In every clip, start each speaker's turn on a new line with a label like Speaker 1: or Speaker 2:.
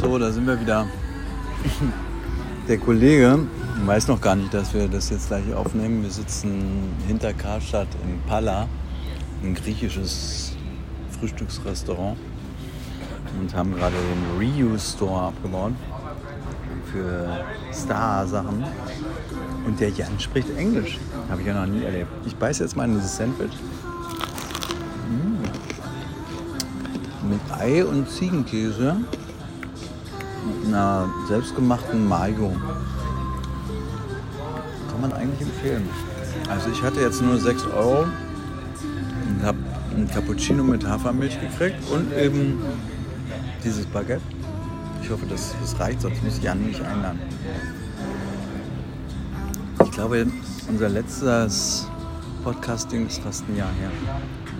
Speaker 1: So, da sind wir wieder. Der Kollege weiß noch gar nicht, dass wir das jetzt gleich aufnehmen. Wir sitzen hinter Karstadt im Pala, ein griechisches Frühstücksrestaurant und haben gerade den Reuse-Store abgebaut für Star-Sachen. Und der Jan spricht Englisch. Habe ich ja noch nie erlebt. Ich beiße jetzt mal in dieses Sandwich. Mm. Mit Ei und Ziegenkäse. Mit einer selbstgemachten Mayo. Kann man eigentlich empfehlen. Also ich hatte jetzt nur 6 Euro und habe einen Cappuccino mit Hafermilch gekriegt und eben dieses Baguette. Ich hoffe, das, das reicht, sonst muss Jan mich einladen. Ich glaube, unser letztes Podcasting ist fast ein Jahr her.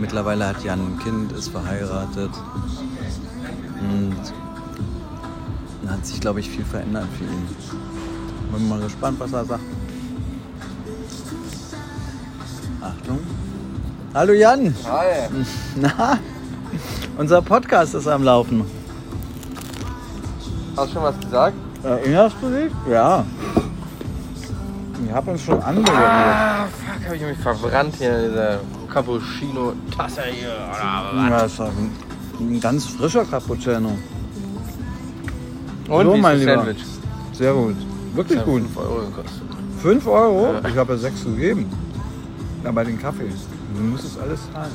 Speaker 1: Mittlerweile hat Jan ein Kind, ist verheiratet und hat sich, glaube ich, viel verändert für ihn. Bin mal gespannt, was er sagt. Achtung. Hallo Jan!
Speaker 2: Hi.
Speaker 1: Na, unser Podcast ist am Laufen.
Speaker 2: Hast du schon was gesagt?
Speaker 1: Äh, Erinnerst du dich? Ja. Ich habe uns schon angewendet.
Speaker 2: Ah, fuck, hab ich mich verbrannt hier in dieser Cappuccino-Tasse hier. Oder
Speaker 1: Ja, ist doch ein, ein ganz frischer Cappuccino.
Speaker 2: was? Und
Speaker 1: So,
Speaker 2: wie ist
Speaker 1: mein
Speaker 2: das
Speaker 1: Lieber.
Speaker 2: Sandwich?
Speaker 1: Sehr gut. Wirklich
Speaker 2: Hat
Speaker 1: gut.
Speaker 2: 5 Euro gekostet.
Speaker 1: 5 Euro? Ich habe ja 6 gegeben. Ja, bei den Kaffees. Du musst es alles zahlen.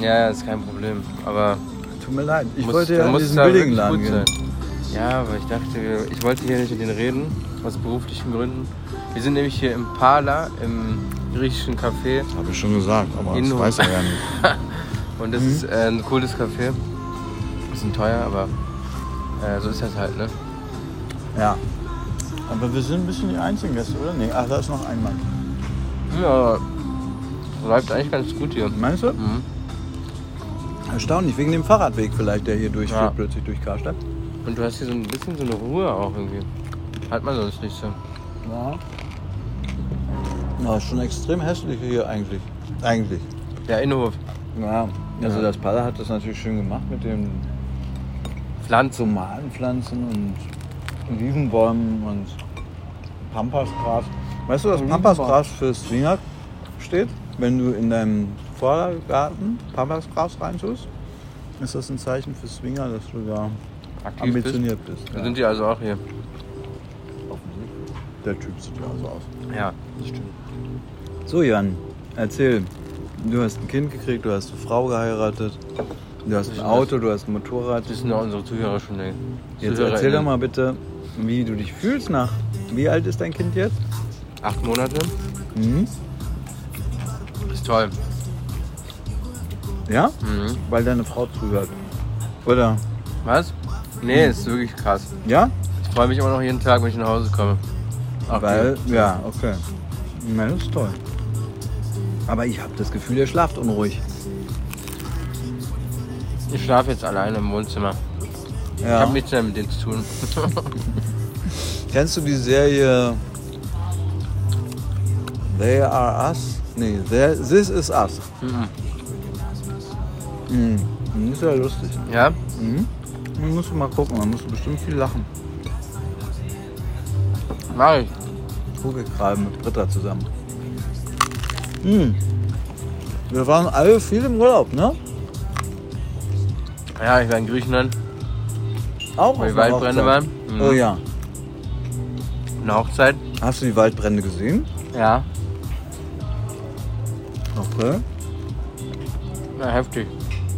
Speaker 2: Ja, ja, ist kein Problem. Aber
Speaker 1: Tut mir leid. Ich
Speaker 2: muss-
Speaker 1: wollte ja
Speaker 2: dann
Speaker 1: in
Speaker 2: muss
Speaker 1: diesen
Speaker 2: es ja
Speaker 1: billigen Laden
Speaker 2: wirklich
Speaker 1: gehen.
Speaker 2: gut sein. Ja, aber ich dachte, wir- ich wollte hier nicht mit denen reden, aus beruflichen Gründen. Wir sind nämlich hier im Pala, im griechischen Café.
Speaker 1: Habe ich schon gesagt, aber
Speaker 2: Innenhof.
Speaker 1: er ja nicht.
Speaker 2: Und das
Speaker 1: Mhm.
Speaker 2: ist äh, ein cooles Café. Bisschen teuer, aber äh, so ist das halt, ne?
Speaker 1: Ja. Aber wir sind ein bisschen die einzigen Gäste, oder? Nee, ach, da ist noch ein Mann.
Speaker 2: Ja, läuft eigentlich ganz gut hier.
Speaker 1: Meinst du?
Speaker 2: Mhm.
Speaker 1: Erstaunlich, wegen dem Fahrradweg vielleicht, der hier durchführt,
Speaker 2: Ja.
Speaker 1: plötzlich durch Karstadt.
Speaker 2: Und du hast hier so ein bisschen so eine Ruhe auch irgendwie. Hat man sonst nicht so.
Speaker 1: Ja. Ja, ist schon extrem hässlich hier eigentlich. Eigentlich.
Speaker 2: Der Innenhof.
Speaker 1: Ja, also
Speaker 2: Ja.
Speaker 1: das Palla hat das natürlich schön gemacht mit den
Speaker 2: Pflanzen.
Speaker 1: Tomatenpflanzen und Olivenbäumen und Pampasgras. Weißt du, dass Pampasgras fürs Wiener steht? Wenn du in deinem Vorgarten Pampasgras reintust, ist das ein Zeichen fürs Winger, dass du da
Speaker 2: Aktiv bist.
Speaker 1: ambitioniert bist.
Speaker 2: Da sind die also auch hier.
Speaker 1: Der Typ sieht ja so aus.
Speaker 2: Ja.
Speaker 1: So, Jan, erzähl. Du hast ein Kind gekriegt, du hast eine Frau geheiratet, du hast ein
Speaker 2: Ich
Speaker 1: Auto, du hast ein Motorrad.
Speaker 2: Das sind ja unsere Zuhörer schon ey.
Speaker 1: Jetzt
Speaker 2: Zuhörer ne?
Speaker 1: erzähl doch
Speaker 2: in
Speaker 1: mal bitte, wie du dich fühlst nach. Wie alt ist dein Kind jetzt?
Speaker 2: Acht Monate.
Speaker 1: Mhm.
Speaker 2: Ist toll.
Speaker 1: Ja?
Speaker 2: Mhm.
Speaker 1: Weil deine Frau zuhört. Oder?
Speaker 2: Was? Nee, ist wirklich krass.
Speaker 1: Ja?
Speaker 2: Ich freue mich immer noch jeden Tag, wenn ich nach Hause komme. Auch
Speaker 1: Weil, ja, okay. Na, das ist toll. Aber ich habe das Gefühl, ihr schlaft unruhig.
Speaker 2: hier. Ich schlafe jetzt alleine im Wohnzimmer. Ich
Speaker 1: Ja.
Speaker 2: habe nichts mehr mit denen zu tun.
Speaker 1: Kennst du die Serie They Are Us? Nee, There- This Is Us.
Speaker 2: Mhm.
Speaker 1: Mhm. Das ist ja lustig.
Speaker 2: Ja?
Speaker 1: Mhm. Man muss mal gucken, man muss bestimmt viel lachen.
Speaker 2: Mach ich.
Speaker 1: Kugelgraben mit Britta zusammen. Mhm. Wir waren alle viel im Urlaub, ne?
Speaker 2: Ja, ich war in Griechenland,
Speaker 1: Auch
Speaker 2: wo
Speaker 1: auf
Speaker 2: die
Speaker 1: einer
Speaker 2: Waldbrände
Speaker 1: Hochzeit.
Speaker 2: waren. Mhm.
Speaker 1: Oh ja.
Speaker 2: Eine Hochzeit.
Speaker 1: Hast du die Waldbrände gesehen?
Speaker 2: Ja.
Speaker 1: Okay.
Speaker 2: Na, heftig.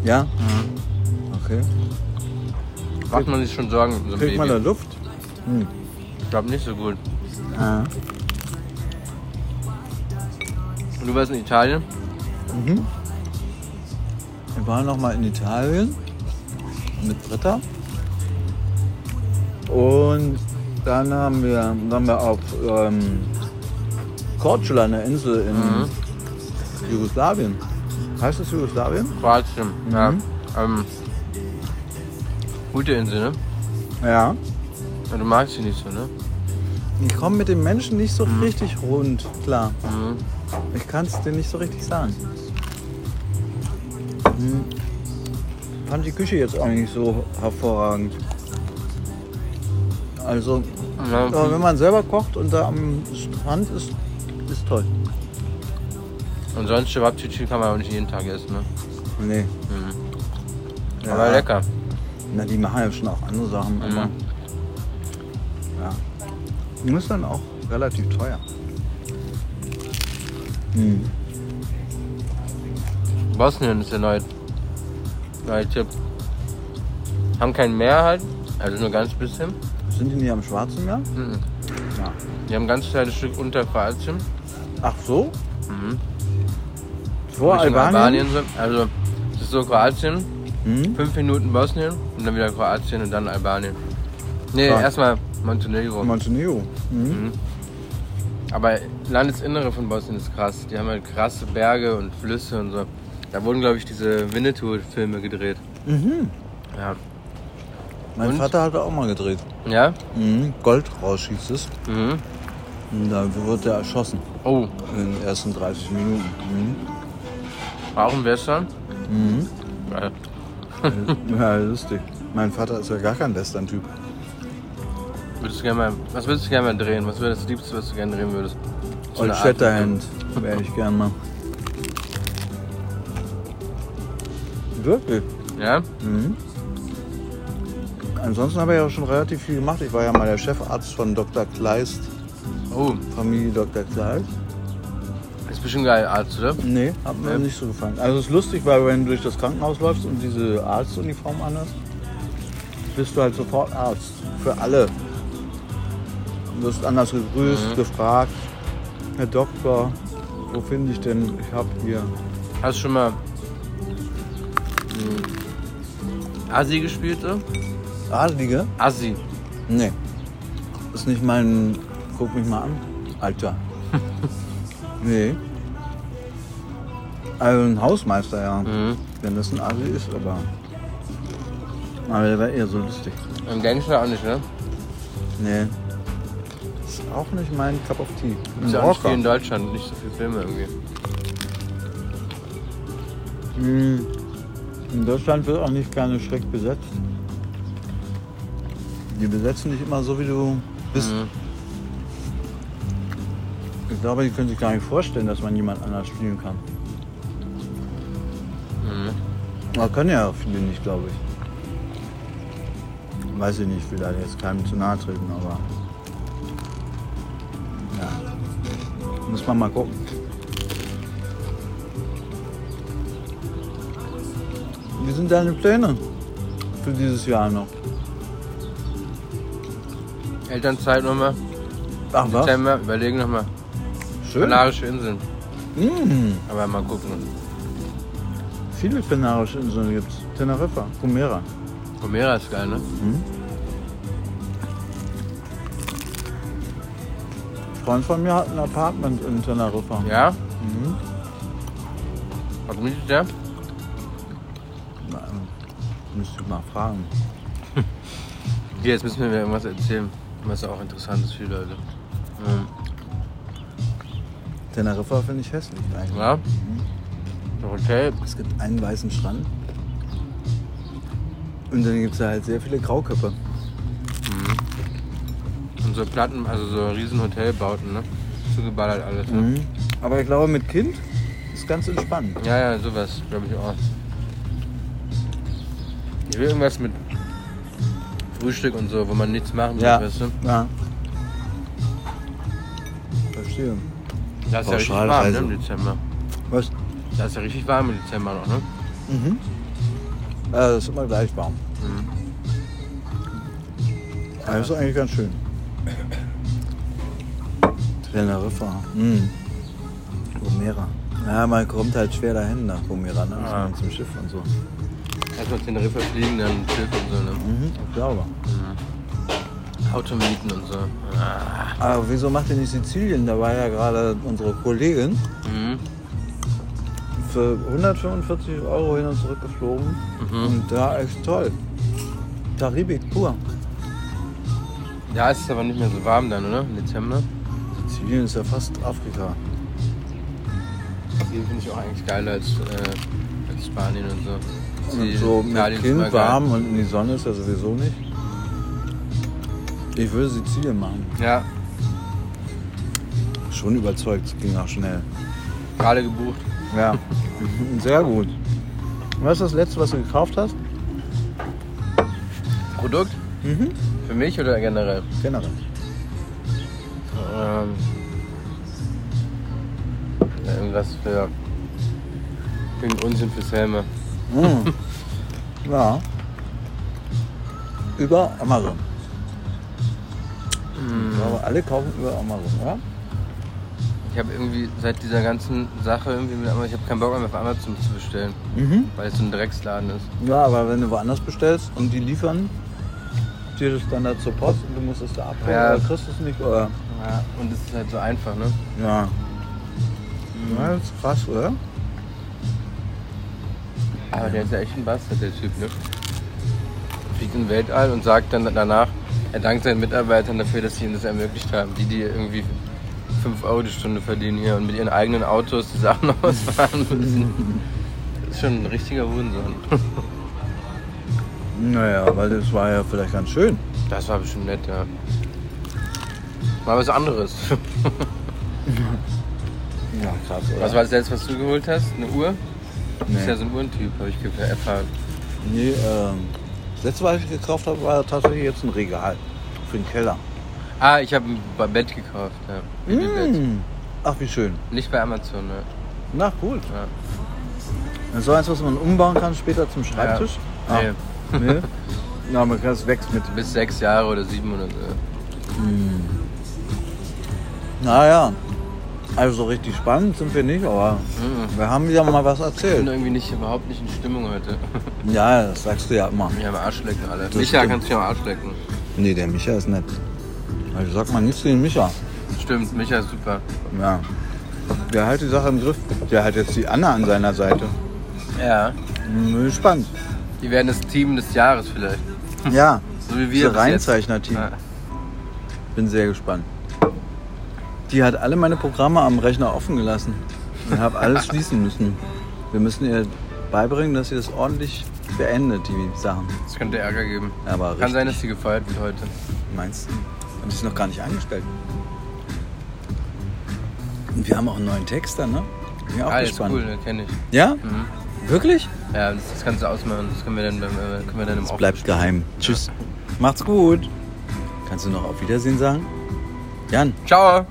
Speaker 1: Ja? Okay.
Speaker 2: Macht man sich schon Sorgen um so Mhm. ein
Speaker 1: Kriegt man da
Speaker 2: Baby.
Speaker 1: Luft? Hm.
Speaker 2: Ich glaube nicht so gut.
Speaker 1: Ah.
Speaker 2: Und du warst in Italien?
Speaker 1: Mhm. Wir waren noch mal in Italien mit Britta. Und dann haben wir, dann waren wir auf ähm, Korčula, einer Insel in
Speaker 2: Mhm.
Speaker 1: Jugoslawien. Heißt das Jugoslawien?
Speaker 2: Kroatien. Ja.
Speaker 1: Mhm.
Speaker 2: Ähm, gute Insel, ne?
Speaker 1: Ja.
Speaker 2: Ja, Du magst sie nicht so, ne?
Speaker 1: Ich komme mit den Menschen nicht so richtig rund, klar.
Speaker 2: Mhm.
Speaker 1: Ich kann es dir nicht so richtig sagen.
Speaker 2: Mhm.
Speaker 1: Hm. Fand die Küche jetzt auch nicht so hervorragend. Also,
Speaker 2: Ja,
Speaker 1: aber wenn man selber kocht und da am Strand ist, ist toll.
Speaker 2: Und sonst Chewabchichi kann man auch nicht jeden Tag essen, ne?
Speaker 1: Nee.
Speaker 2: Mhm.
Speaker 1: Ja.
Speaker 2: Aber lecker.
Speaker 1: Na, die machen ja schon auch andere Sachen. Aber
Speaker 2: Mhm.
Speaker 1: ja. Und ist dann auch relativ teuer. Hm.
Speaker 2: Bosnien ist der neue, neue Tipp. Haben kein Meer halt, also nur ganz bisschen.
Speaker 1: Sind die nicht am Schwarzen Meer?
Speaker 2: Mhm.
Speaker 1: Ja.
Speaker 2: Die haben ein ganz kleines Stück unter Kroatien.
Speaker 1: Ach so?
Speaker 2: Mhm.
Speaker 1: Vor
Speaker 2: Richtung
Speaker 1: Albanien?
Speaker 2: Albanien so. Also, es ist so Kroatien,
Speaker 1: Hm?
Speaker 2: fünf Minuten Bosnien und dann wieder Kroatien und dann Albanien. Nee,
Speaker 1: Klar.
Speaker 2: erstmal Montenegro.
Speaker 1: Montenegro. Mhm.
Speaker 2: Aber Landesinnere von Bosnien ist krass. Die haben halt krasse Berge und Flüsse und so. Da wurden, glaube ich, diese Winnetou-Filme gedreht.
Speaker 1: Mhm.
Speaker 2: Ja.
Speaker 1: Mein
Speaker 2: Und?
Speaker 1: Vater hatte auch mal gedreht.
Speaker 2: Ja?
Speaker 1: Mhm. Goldrausch hieß es.
Speaker 2: Mhm.
Speaker 1: Und da wurde er erschossen
Speaker 2: Oh,
Speaker 1: in den ersten 30 Minuten.
Speaker 2: war auch im Western?
Speaker 1: Mhm.
Speaker 2: Ja.
Speaker 1: Mhm. ja, lustig. Mein Vater ist ja gar kein Western-Typ.
Speaker 2: Würdest du gerne mal, was würdest du gerne mal drehen? Was wäre das Liebste, was du gerne drehen würdest? So eine
Speaker 1: Old
Speaker 2: Art-
Speaker 1: Shatterhand wäre ich gern mal. Wirklich?
Speaker 2: Ja?
Speaker 1: Mhm. Ansonsten habe ich auch schon relativ viel gemacht. Ich war ja mal der Chefarzt von Dr. Kleist,
Speaker 2: Oh,
Speaker 1: Familie Dr. Kleist.
Speaker 2: ist bestimmt geil, Ah, ne? Arzt, oder?
Speaker 1: Nee, hat mir
Speaker 2: Nee.
Speaker 1: nicht so gefallen. Also es ist lustig, weil wenn du durch das Krankenhaus läufst und diese Arztuniform anhast, bist du halt sofort Arzt. Für alle. Du wirst anders gegrüßt, gefragt. Herr Doktor, wo finde ich denn? Ich habe hier.
Speaker 2: Hast du schon mal mh, Assi gespielt, so?
Speaker 1: Adlige?
Speaker 2: Assi.
Speaker 1: Nee. Ist nicht mein. Guck mich mal an. Alter. nee. Also ein Hausmeister, ja.
Speaker 2: Mhm.
Speaker 1: Wenn das ein Asi ist, aber. Aber der war eher so lustig.
Speaker 2: Im Gangster auch nicht, ne?
Speaker 1: Nee. Ist auch nicht mein Cup of Tea.
Speaker 2: Ist ja auch nicht viel in Deutschland, nicht so viele Filme irgendwie.
Speaker 1: Hm. In Deutschland wird auch nicht gerne schräg besetzt. Die besetzen dich immer so, wie du bist.
Speaker 2: Mhm.
Speaker 1: Ich glaube, die können sich gar nicht vorstellen, dass man jemand anders spielen kann.
Speaker 2: Mhm.
Speaker 1: Aber können ja viele nicht, glaube ich. Weiß ich nicht, ich will da jetzt keinem zu nahe treten, aber. Ja. Muss man mal gucken. Wie sind deine Pläne für dieses Jahr noch?
Speaker 2: Elternzeit nochmal,
Speaker 1: Ach was?
Speaker 2: Dezember, überlegen nochmal.
Speaker 1: Schön.
Speaker 2: Kanarische Inseln,
Speaker 1: Mm,
Speaker 2: aber mal gucken.
Speaker 1: viele kanarische Inseln gibt's. Teneriffa, Gomera.
Speaker 2: Gomera ist geil, ne?
Speaker 1: Ein Freund von mir hat ein Apartment in Teneriffa.
Speaker 2: Ja?
Speaker 1: Mhm.
Speaker 2: Was mietet der?
Speaker 1: Na, ähm, Müsste ich mal fragen.
Speaker 2: Hier, jetzt müssen wir mir irgendwas erzählen, was auch interessant ist für die Leute. Mhm.
Speaker 1: Teneriffa finde ich hässlich eigentlich.
Speaker 2: Ja? Hotel,
Speaker 1: Es gibt einen weißen Strand. Und dann gibt es da halt sehr viele Grauköpfe.
Speaker 2: Und so Platten, also so riesen Hotelbauten, ne? Zugeballert alles, ne?
Speaker 1: Aber ich glaube, mit Kind ist ganz entspannt.
Speaker 2: Ja, ja, sowas, glaube ich auch. Ich will irgendwas mit Frühstück und so, wo man nichts machen muss, weißt du?
Speaker 1: ja. Verstehe.
Speaker 2: Das ist ja richtig warm, ne,
Speaker 1: Pauschalreise.
Speaker 2: im Dezember.
Speaker 1: Was?
Speaker 2: Das ist ja richtig warm im Dezember noch, ne?
Speaker 1: Mhm. Ja, Äh, das ist immer gleich warm. Ja, Mhm. Das ist eigentlich ganz schön. Teneriffa. Mhm. Gomera. Ja, man kommt halt schwer dahin nach Gomera, ne? Muss
Speaker 2: Ah.
Speaker 1: man zum Schiff und so.
Speaker 2: Erstmal Teneriffa fliegen, dann Schiff und so, ne?
Speaker 1: Mhm, ich glaube.
Speaker 2: Auto mieten und so. Ah.
Speaker 1: Aber wieso macht ihr nicht Sizilien? Da war ja gerade unsere Kollegin
Speaker 2: Mhm.
Speaker 1: für 145 Euro hin und zurück geflogen.
Speaker 2: Mhm.
Speaker 1: Und da echt toll. Karibik pur.
Speaker 2: Da ist es aber nicht mehr so warm dann, oder? Im Dezember.
Speaker 1: Sizilien ist ja fast Afrika.
Speaker 2: Hier finde ich auch eigentlich geiler als, äh, als Spanien und so.
Speaker 1: Und so mit
Speaker 2: Italien ist immer
Speaker 1: Kind
Speaker 2: geil.
Speaker 1: warm und in die Sonne ist ja sowieso nicht. Ich würde Sizilien machen.
Speaker 2: Ja,
Speaker 1: Schon überzeugt, ging auch schnell.
Speaker 2: gerade gebucht.
Speaker 1: Ja, sehr gut. Was ist das letzte, was du gekauft hast?
Speaker 2: Produkt?
Speaker 1: Mhm.
Speaker 2: Für mich oder generell?
Speaker 1: Generell.
Speaker 2: Ähm, irgendwas für. Wegen Unsinn fürs Helme.
Speaker 1: Mhm. ja. Über Amazon.
Speaker 2: Mhm.
Speaker 1: Ich glaube, alle kaufen über Amazon, oder?
Speaker 2: Ich habe irgendwie seit dieser ganzen Sache irgendwie mit Amazon, ich habe keinen Bock mehr auf Amazon zu bestellen,
Speaker 1: Mhm.
Speaker 2: weil es so ein Drecksladen ist.
Speaker 1: Ja, aber wenn du woanders bestellst und die liefern, dir das dann da zur Post und du musst es da abholen,
Speaker 2: Ja.
Speaker 1: oder kriegst du es nicht, oder?
Speaker 2: Ja. Und es ist halt so einfach, ne?
Speaker 1: Ja. ja. Das ist krass, oder?
Speaker 2: Aber der ist ja echt ein Bastard, der Typ, ne? Fliegt in den Weltall und sagt dann danach, er dankt seinen Mitarbeitern dafür, dass sie ihm das ermöglicht haben. Die, die irgendwie 5 Euro die Stunde verdienen hier und mit ihren eigenen Autos die Sachen ausfahren müssen. Das ist schon ein richtiger Hurensohn.
Speaker 1: Naja, weil das war ja vielleicht ganz schön.
Speaker 2: Das war bestimmt nett, ja. Mal was anderes.
Speaker 1: Ja, krass, oder?
Speaker 2: Was war das letzte, was du geholt hast? Eine Uhr? Du bist
Speaker 1: Nee.
Speaker 2: ja so ein Uhrentyp, habe ich ge- erfahren.
Speaker 1: Nee, ähm, das letzte, was ich gekauft habe, war tatsächlich jetzt ein Regal für den Keller.
Speaker 2: Ah, ich habe ein Bett gekauft, ja. Babybett.
Speaker 1: Mm. Ach, wie schön.
Speaker 2: Nicht bei Amazon, ne?
Speaker 1: Na, cool.
Speaker 2: Ja.
Speaker 1: Das ist so eins, was man umbauen kann später zum Schreibtisch.
Speaker 2: Nee.
Speaker 1: Ah, nee. Na, man kann es wächst mit.
Speaker 2: bis sechs Jahre oder sieben oder so.
Speaker 1: Naja, also so richtig spannend sind wir nicht, aber wir haben wieder mal was
Speaker 2: Ich bin
Speaker 1: erzählt.
Speaker 2: irgendwie nicht, überhaupt nicht in Stimmung heute.
Speaker 1: Ja, das sagst du ja immer.
Speaker 2: Mich am Arsch lecken alle.
Speaker 1: Das
Speaker 2: Micha,
Speaker 1: stimmt.
Speaker 2: kannst du mich am Arsch lecken.
Speaker 1: Nee, der Micha ist nett. Also sag mal nichts gegen Micha.
Speaker 2: Stimmt, Micha ist super.
Speaker 1: Ja. Der hat die Sache im Griff. Der hat jetzt die Anna an seiner Seite.
Speaker 2: Ja.
Speaker 1: Hm, Spannend.
Speaker 2: Die werden das Team des Jahres vielleicht.
Speaker 1: Ja.
Speaker 2: So wie wir.
Speaker 1: Das
Speaker 2: bis jetzt. Ah,
Speaker 1: Reinzeichner-Team.
Speaker 2: Ja.
Speaker 1: Bin sehr gespannt. Die hat alle meine Programme am Rechner offen gelassen und habe alles schließen müssen. Wir müssen ihr beibringen, dass sie das ordentlich beendet, die Sachen.
Speaker 2: Das könnte Ärger geben.
Speaker 1: Aber
Speaker 2: Kann sein, dass sie gefeuert wird heute.
Speaker 1: richtig, meinst du? Haben sie es noch gar nicht angestellt. Und wir haben auch einen neuen Texter, ne? Bin ja auch
Speaker 2: ah, das ist
Speaker 1: gespannt.
Speaker 2: cool, Mhm. kenne ich.
Speaker 1: Ja? Wirklich?
Speaker 2: Ja, das, das kannst du ausmachen. Das können wir dann, beim, äh, können wir dann im
Speaker 1: Es
Speaker 2: Off-
Speaker 1: bleibt geheim. Tschüss. Macht's gut. Kannst du noch auf Wiedersehen sagen? Jan.
Speaker 2: Ciao!